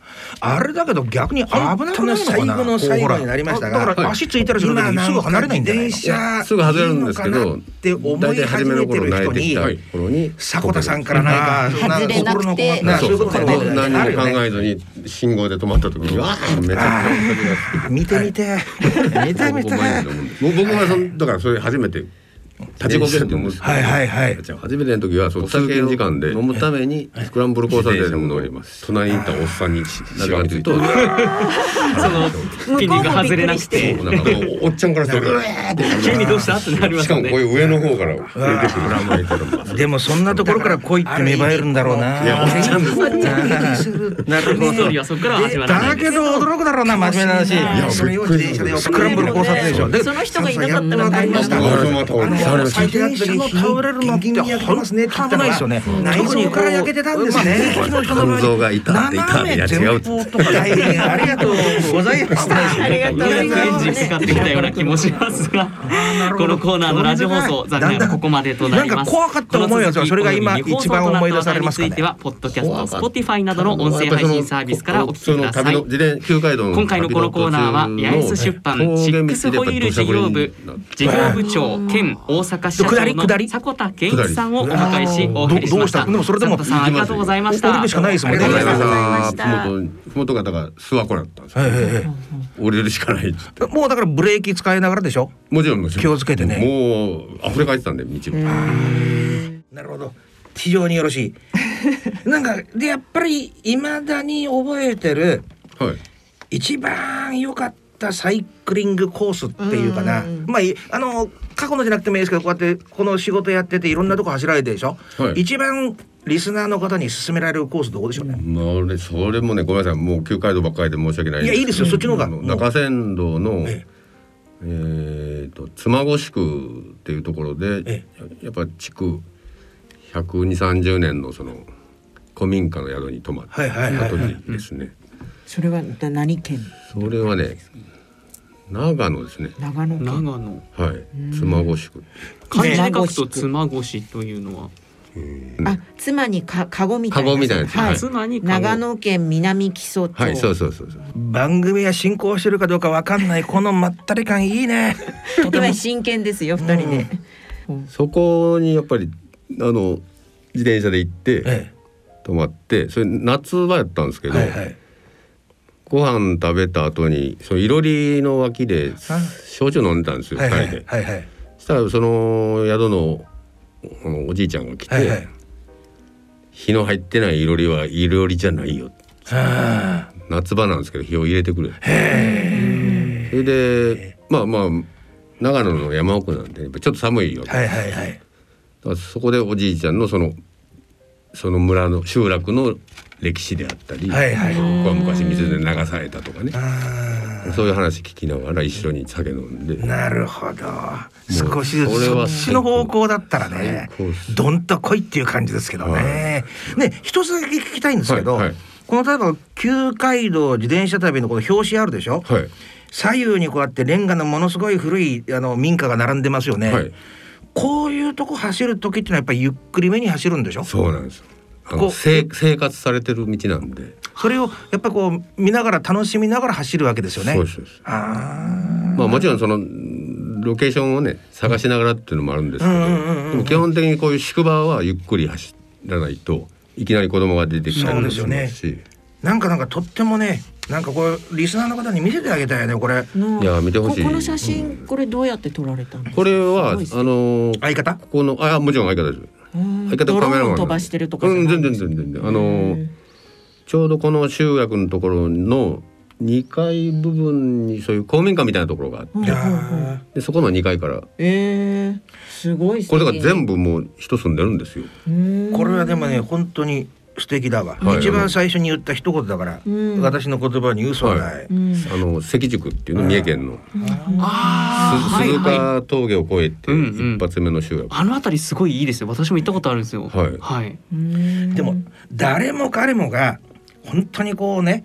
ああれだけど逆に危なくな
本
い
当に最後の最後になりましたが
だから
はい
足ついたりする時にすぐ離れないんじゃないの
今なんか
すぐ外れるんですけど
いいのかなって思い始めてる人に
大体初めの頃慣れてきた頃に
迫田さんからなんかそん
外れなくて
心のこもったそういうことだよね
何
ある
も
よね
考えずに信号で止まった時にわあめちゃくちゃ
見て見て、見て見て
もう僕はそのだからそれ初めて立ちこけると思うんですけど
はいはいはい
じゃあ初めての時はそう通勤時間で飲むためにスクランブル交差点に乗ります隣にいたおっさんにしがみついて
そのピンディング外れなくて
なんかもうおっちゃんからするとうわーって
急にどうしたってなりま
し
す
か
よ
もこう
ね
いう上の方から出てくる名前とかも
でもそんなところから恋って芽生えるんだろうな。
いやおっちゃん です
なる
こ
ほ
のストー
ど
リー。はそこからは始まらない
だけど驚くだろうな真面目な話。
や
それを自転車で横
びっ
ス
くり
クランブル交差点でしょ。で
その人がいなかったら
わかりました。あの
倒れました
自転車の倒れるのって本当に危ないですよね。特にから焼けてたんですね。
肝臓が痛んで痛んでいや違うっつって
とか大変ありがとうございま した。
りがとうござ
エ
い
ン
ます
ジンかかってきたような気もしますが、このコーナーのラジオ放送、残念ながらここまでとなりま
なん
す。
か怖かった思いはそれが今一番思い出されますかね
については、ポッドキャスト、Spotify などの音声配信サービスからお聞きくだ
その
さ
旅の
い。
自転旧街道の
今回のこのコーナーは八重洲出版シックスホイール事業部事業部長兼大阪支社
下り
長の
下り
迫田健一さんをお迎えし
ど
お送りしまし
どうした
た
でもそれでも
迫田さんありがとうございました
降りるしかないですもん
あり
ね
がとうございま
ありがとうございまし
したた。ふもと、ふもとがだから諏訪湖だったんですよ。降りるしかないっつって。
もうだからブレーキ使いながらでしょ。
もちろんもちろん。
気をつけてね
もう溢れ返ってたんで道も。
なるほど非常によろし いなんかでやっぱりいまだに覚えてる
はい。
一番良かったサイクリングコースっていうかなまあいあの過去のじゃなくてもいいですけどこうやってこの仕事やってていろんなとこ走られてるでしょ、
はい
一番リスナーの方に勧められるコースどこでしょうね、
まあ、俺それもねごめんなさいもう旧街道ばっかりで申し訳ないん
いやいいですよそっちの方が
あ
もう
中山道の
ええ
えーと妻越宿っていうところで、
え
やっぱ築12030年のその古民家の宿に泊まっ
はいはいはいは
た
い
後にですね、
それは何県
それはね長野ですね
長野
長
県
野
はい妻越宿
漢字で書くと妻越しというのは
あ妻にかカゴみたいな
籠みたいなやつ
はい、
妻に籠
長野県南木曽町、
はいそうそうそうそう
番組が進行してるかどうかわかんないこのまったり感いい ねとても
今真剣ですよ二人で、
そこにやっぱりあの自転車で行って、
え
泊まってそれ夏場やったんですけ
え
ど、
はいはい
ご飯食べた後にそのいろりの脇で
あ
焼酎飲んでたんですよ
は
二
いはい
人で。
はいはい
そしたらその宿のあのおじいちゃんが来て、
はいはい
火の入ってないいろりはいろりじゃないよ
あ
夏場なんですけど火を入れてくれそれでまあまあ長野の山奥なんでやっぱちょっと寒いよ、
あはいはいはい
だからそこでおじいちゃんのそのその村の集落の歴史であったり、
はいはい
ここは昔水で流されたとかね
あ
そういう話聞きながら一緒に酒飲んで
ーなるほど
もう
少しずつ
それ
そ
は
っちの方向だったらね
最高です
どんと来いっていう感じですけどね。ね一つだけ聞きたいんですけど、
はいはい
この例えば旧街道自転車旅のこの表紙あるでしょ、
はい
左右にこうやってレンガのものすごい古いあの民家が並んでますよね。
はい
こういうとこ走る時ってのはやっぱりゆっくりめに走るんでしょ
そうなんですよあ
こう
の生生活されてる道なんで、
それをやっぱこう見ながら楽しみながら走るわけですよね。
そうですそうです
あ
まあもちろんそのロケーションをね探しながらっていうのもあるんですけど、でも基本的にこういう宿場はゆっくり走らないといきなり子供が出てきたりもし
そう
ま
ですす
し
ーなんかなんかとってもねなんかこれリスナーの方に見せてあげたいよねこれ
の
いや見てほしい
ここの写真、これどうやって撮られたんですか
これはあ
すご
の
いです
ー
相方
ここのあもちろん相方です
うん
相方カメラ
ドロー
マンなん
ン
で
飛ばしてるとかじゃなん
う
い
全然全然全然あのーちょうどこの集落のところの2階部分にそういう公民館みたいなところがあって、
うんうんうんうん
でそこの2階から
えー、すごい
これが全
部
部もう人住んでるんですよ。
これはでもね本当に素敵だわ、
はい
一番最初に言った一言だから、
うん
私の言葉に嘘はない、
はい
うん
あの関宿っていうの三重県の
あ
す
ー
鈴
はいはい
鹿峠を越えて
うんうん
一発目の集落。
あの辺りすごいいいですよ私も行ったことあるんですよ
はい
はい
うん
でも誰も彼もが本当にこうね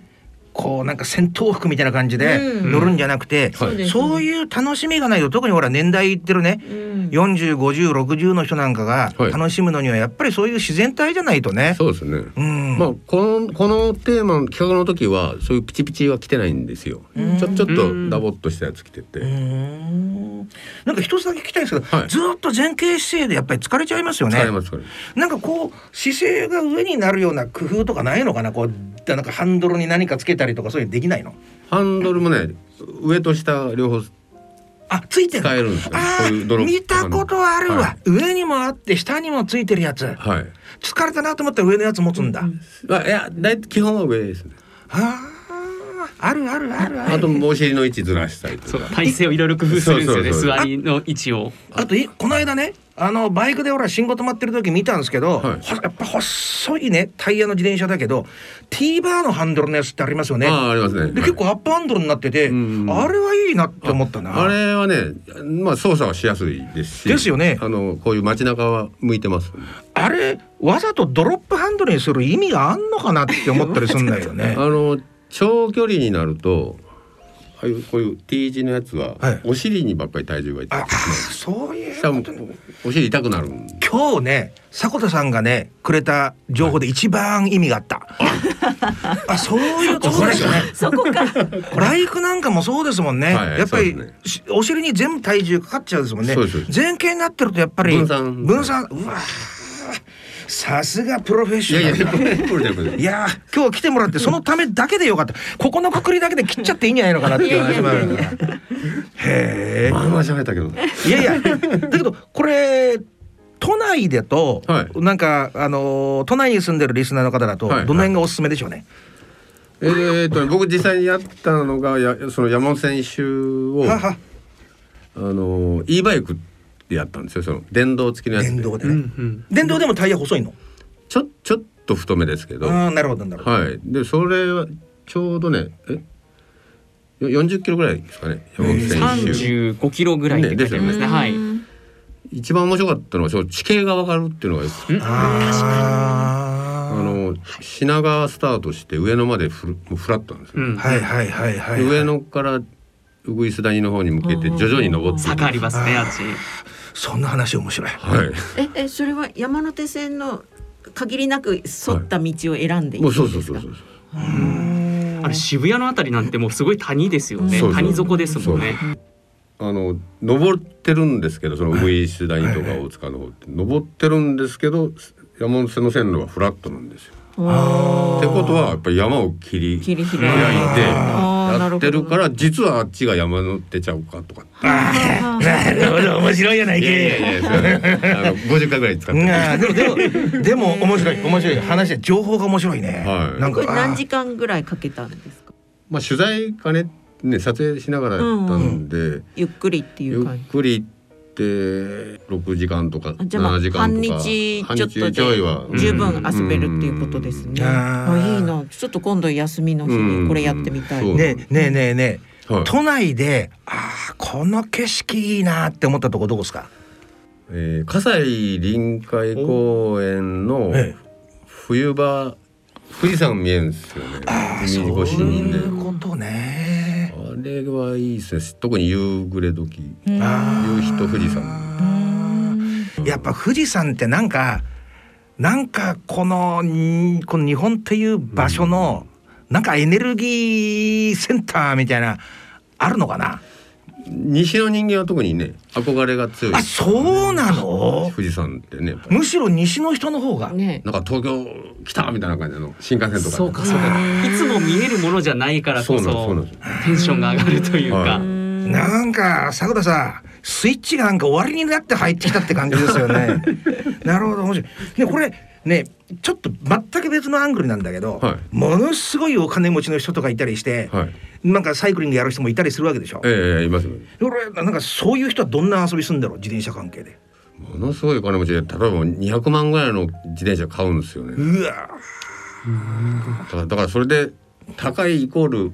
こうなんか戦闘服みたいな感じで
うん
乗るんじゃなくて、
そう
ですね
そういう楽しみがないと特にほら年代いってるね、
うん
405060の人なんかが
はい
楽しむのにはやっぱりそういう自然体じゃないとね。
そうですね。
うん
まあこのこのテーマの企画の時はそういうピチピチは来てないんですよ。ちょちょっとダボっとしたやつ着てて。
うーんなんか一つだけ聞きたいんですけど、
はい
ずーっと前傾姿勢でやっぱり疲れちゃいますよね
使えますこれ。
なんかこう姿勢が上になるような工夫とかないのかなこうなんかハンドルに何かつけたりとかそういうのできないの
ハンドルもね上と下両方
あついてる
使えるんですよ。
あ
こういうドロ
ー
ップ
見たことあるわ、
は
上にもあって下にもついてるやつ
はい。はい
疲れたなと思ったら上のやつ持つんだ、
あいやだい基本は上ですね。
あーあるあるあるある
あとお尻の位置ずらしたりと
そう
か。
体勢をいろいろ工夫するんですよね
そうそうそう
座りの位置を
あといこの間ねあのバイクでほら信号止まってる時見たんですけど、
はい
ほやっぱ細いねタイヤの自転車だけど T バーのハンドルのやつってありますよね
ああありますね。
で結構アップハンドルになってて、
うん
あれはいいなって思ったな
あれはね、まあ操作はしやすいですし。
ですよね
あのこういう街中は向いてます。
あれわざとドロップハンドルにする意味があんのかなって思ったりするんだよね
あの長距離になると。ああいうこういう T 字のやつは、
はい
お尻にばっかり体重がいって
あそういう
下
こ
も
とね
お尻痛くなる
今日ね迫田さんがねくれた情報で一番意味があった、あそういうところですよね
そこか。
バイクなんかもそうですもんね、
はい
やっぱり、
そうです
しお尻に全部体重かかっちゃうですもんね
そうですそうで
前傾になってるとやっぱり
分散
分散うわーさすがプロフェッ
い
シ
やい
ョナ
や
ル
いや
だ
これこれこれ
いやー今日来てもらってそのためだけでよかったここのくくりだけで切っちゃっていいんじゃないのかなっていう話もあるからへ
まあまあ喋ったけど
えいやいやだけどこれ都内でと、
はい
なんかあのー都内に住んでるリスナーの方だと、
はい
どの辺がおすすめでしょうね、
えーっとね僕実際にやったのがやその山本選手を
は
あ
は
の E バイクでやったんですよその電動付きのやつ
電
で
動で
う
ね、
んうん
電動でもタイヤ細いの
ちょちょっと太めですけど
ああなるほどなるほど
はいでそれはちょうどねえよ40キロぐらいですかね山本選手
35キロぐらいって書いてありますね
ねですよね
はい
一番面白かったのはその地形が分かるっていうのがよくあ
あー
の品川スタートして上野までフルもうフラットなんですよ、
うん
はいはいはいはい、
で
はい、
上野からウグイス谷の方に向けて徐々に登っていく
坂ありますねあっち
そんな話面白い
はい
ええそれは山手線の限りなく沿った道を選んでいくんですか。
もうそうそうそうそう
あれ渋谷のあたりなんてもうすごい谷ですよね
そうそう
谷底ですもんね
あの登ってるんですけどそのウグイス谷とか大塚の方って登ってるんですけど山手線の線路はフラットなんですよ。ってことはやっぱり山を切り
切
開い
り開い
て
てあー
やってるか
な
ら実はあっちが山の手ちゃうかとかって
なるほど面白いやない
いやいやいやそれあの50回ぐらい使ってる
あーでもでもでも面白い面白い話情報が面白いね、
はい
なん
こ
か
れ何時間ぐらいかけたんですか。
まあ取材かねね撮影しながらやったんで、
ゆっくりってい
ゆ
う感
っ
じ。
くり行って6時間とか
あじゃあまあ
7時間とか
半日ちょっ
半
と
日ちょいは
で十分遊べるっていうことですね。
うん
あいいな。ちょっと今度休みの日にこれやってみたい。
う
あ
んそう
ねねえねえねえ、
はい
都内であーこの景色いいなって思ったとこどこですか
えー、葛西臨海公園の
え
冬場富士山見えるんですよね海越しに
そ
ね
ういうことね
あれはいいですね特に夕暮れ時
あー
夕日と富士山
やっぱ富士山ってなんかなんかこのんこの日本っていう場所の、なんかエネルギーセンターみたいなあるのかな、
西の人間は特にね憧れが強い
あそうなの
富士山ってねやっぱ
むしろ西の人の方が、
ね。
なんか東京来たみたいな感じの新幹線とかね
そうかそうかいつも見えるものじゃないからこ
そう
そ
なんですそう
テンションが上がるという
は
か
い
なんか迫田さんスイッチがなんか終わりになって入ってきたって感じですよ ねなるほど面白いねこれねちょっと全く別のアングルなんだけど、
は
ものすごいお金持ちの人とかいたりして、
はい
なんかサイクリングやる人もいたりするわけでしょ、
ええええいますよね
俺なんかそういう人はどんな遊びするんだろう自転車関係で
ものすごいお金持ちで例えば200万ぐらいの自転車買うんですよね
うわ
だからだからそれで高いイコール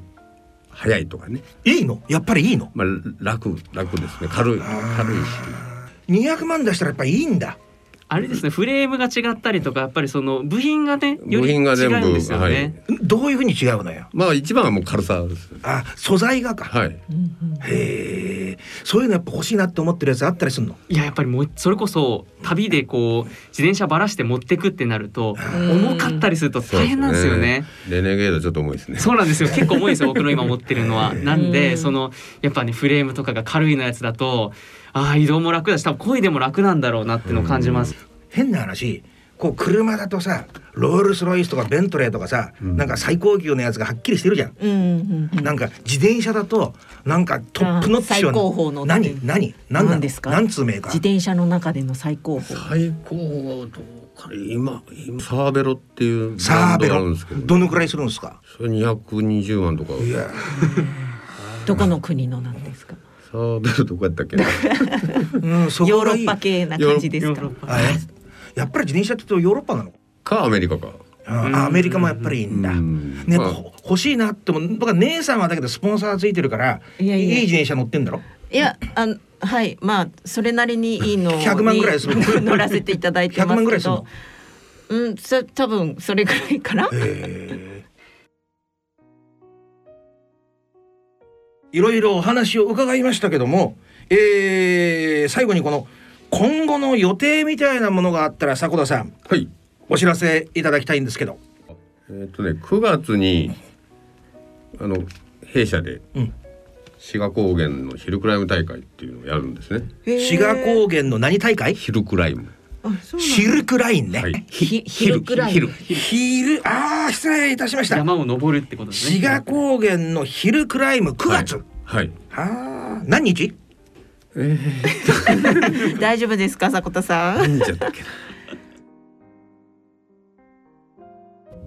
速いとかね、
いいのやっぱりいいの
まあ、楽楽ですね軽い軽いし
200万出したらやっぱいいんだ
あれですね、フレームが違ったりとか、やっぱりその部品がね、よ
部
り違
品が全部
うんですよ
はい
ね。
どういうふうに違うのよ。
まあ一番はもう軽さですね。
あ、素材がか。
はい。
へえ。そういうのやっぱ欲しいなって思ってるやつあったりするの。
いややっぱりもうそれこそ旅でこう自転車ばらして持ってくってなると重かったりすると大変なんですよね。
レネゲードちょっと重いですね。
そうなんですよ結構重いです よ僕の今持ってるのは。なん
う
で
ん
そのやっぱねフレームとかが軽いのやつだとああ移動も楽だし多分恋でも楽なんだろうなってのを感じます。
変な話こう車だとさロールス・ロイスとかベントレーとかさ、なんか最高級のやつがはっきりしてるじゃん。
うんうんうん
なんか自転車だとなんかトップノッチよ
あー最高峰の
何何何な
何
ん
ですか
何つうメーカ
自
ー
転車の中での最高峰
最高はどうかな今今サーベロっていうブラ
サー
ンド
ベ
がある
ロ
んですけど、
どのくらいするんですか
それ220万とか。
いや
どこの国のなんですか
サーベロどこやっ たっけ？
うんそ
ヨ
こ
ー
が
ロ
いい
ッパ系な感じですか
ヨーロッ
あえやっぱり自転車って言うとヨーロッパなの
かアメリカか。
あーアメリカもやっぱりいいんだ。
うん
ね、
まあ
ほ欲しいなっても僕は姉さんはだけどスポンサーついてるから
いやいや
い自転車乗ってんだろ
いやあのはいまあそれなりにいいのに
100万ぐらいする
乗らせていただいて
100
ま
万
す
ぐら
け
いするの
ど、うんそ多分それぐらいかな
え ーいろいろお話を伺いましたけども、えー最後にこの今後の予定みたいなものがあったら迫田さん
はい。
お知らせいただきたいんですけど
えっとね9月にあの弊社で
うん
志賀高原のヒルクライム大会っていうのをやるんですね。
志賀高原の何大会
ヒルクライム。
シルクラインね、
はい。
ひひるくらい
ヒル。
ヒルああ失礼いたしました
山を登るってことですね。
志賀高原のヒルクライム9月、
はい。
ああ何日
大丈夫ですか迫田さん
何じゃったっけな。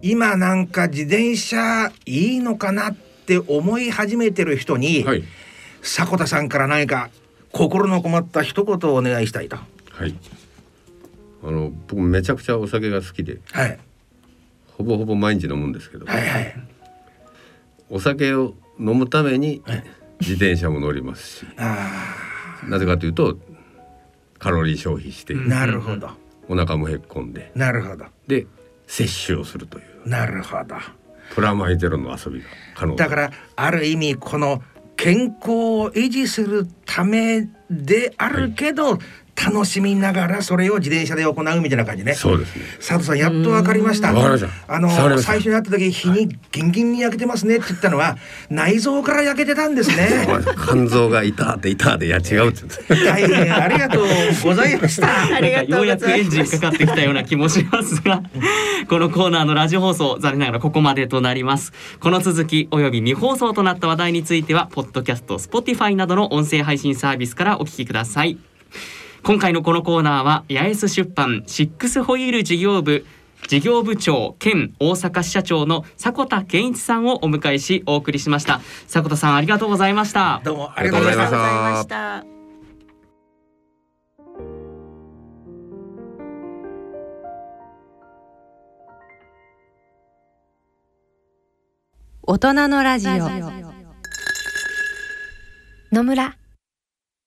今なんか自転車いいのかなって思い始めてる人に、
はい。
迫田さんから何か心の困った一言をお願いしたいと。
はい。あの僕めちゃくちゃお酒が好きで
はい、
ほぼほぼ毎日飲むんですけど、
はい、はい。
お酒を飲むために自転車も乗りますし、
あ
なぜかというとカロリー消費して
あ、なるほど、
お腹もへっこんで
なるほど、
で摂取をするという
なるほど。
プラマイゼロの遊びが可能
だからある意味この健康を維持するためであるけど、楽しみながらそれを自転車で行うみたいな感じね。
そうですね。
佐藤さんやっと分かりました。
うーんわかりました
あ
触り
の
ました
最初に会った時日にギンギンに焼けてますねって言ったのは内臓から焼けてたんですね。
肝臓が痛って痛っていや違うって言うんです
大変ありがとうございました。
ありがとうございます
なんかようやくエンジンかかってきたような気もしますがこのコーナーのラジオ放送残念ながらここまでとなりますこの続きおよび未放送となった話題についてはポッドキャスト Spotify などの音声配信サービスからお聞きください今回のこのコーナーは八重洲出版シックスホイール事業部事業部長兼大阪支社長の迫田健一さんをお迎えしお送りしました迫田さんありがとうございました
どうもあ
あ
り
り
が
が
とう
とう
ご
ご
ざ
ざ
い
い
ま
ま
し。
した
ありがとうござい
た
ました
大人のラジオ
野村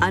あ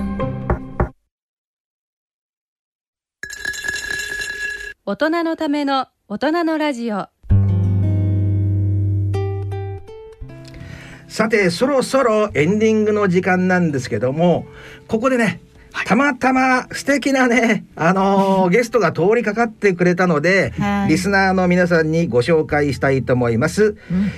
う
大人のための大人のラジオ
さてそろそろエンディングの時間なんですけどもここでねたまたま素敵なね、あのーゲストが通りかかってくれたので、
はい
リスナーの皆さんにご紹介したいと思います。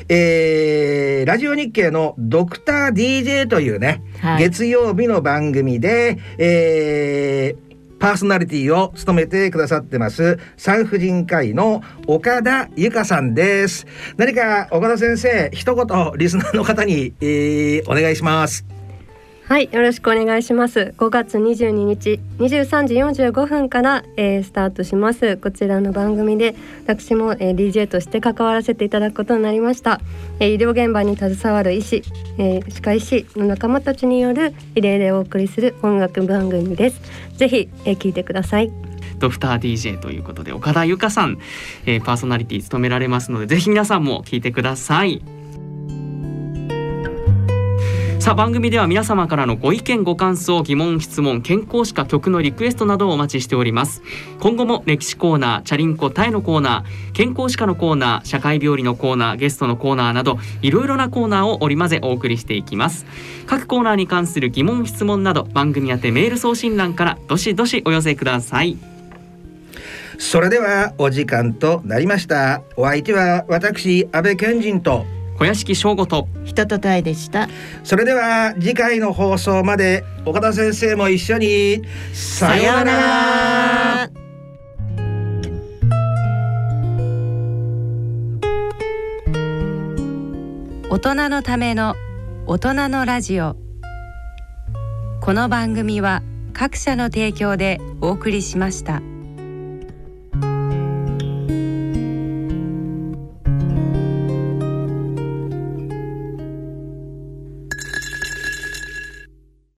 えーラジオ日経のドクター DJ というね、
はい
月曜日の番組で、えーパーソナリティを務めてくださってます産婦人科医の岡田由香さんです何か岡田先生一言リスナーの方に、えーお願いします
はい、よろしくお願いします。5月22日23時45分から、えースタートします。こちらの番組で私も、えー DJ として関わらせていただくことになりました。えー医療現場に携わる医師、えー歯科医師の仲間たちによるリレーでお送りする音楽番組です。ぜひ、えー聞いてください。
ドフター DJ ということで岡田由香さん、えーパーソナリティ務められますのでぜひ皆さんも聞いてくださいさあ番組では皆様からのご意見ご感想疑問質問健康士か曲のリクエストなどをお待ちしております今後も歴史コーナーチャリンコタイのコーナー健康士かのコーナー社会病理のコーナーゲストのコーナーなどいろいろなコーナーを織り交ぜお送りしていきます各コーナーに関する疑問質問など番組宛てメール送信欄からどしどしお寄せください
それではお時間となりましたお相手は私安倍健人と
小屋敷翔吾と
ひととたいでした。
それでは次回の放送まで岡田先生も一緒にさようなら。
大人のための大人のラジオこの番組は各社の提供でお送りしました。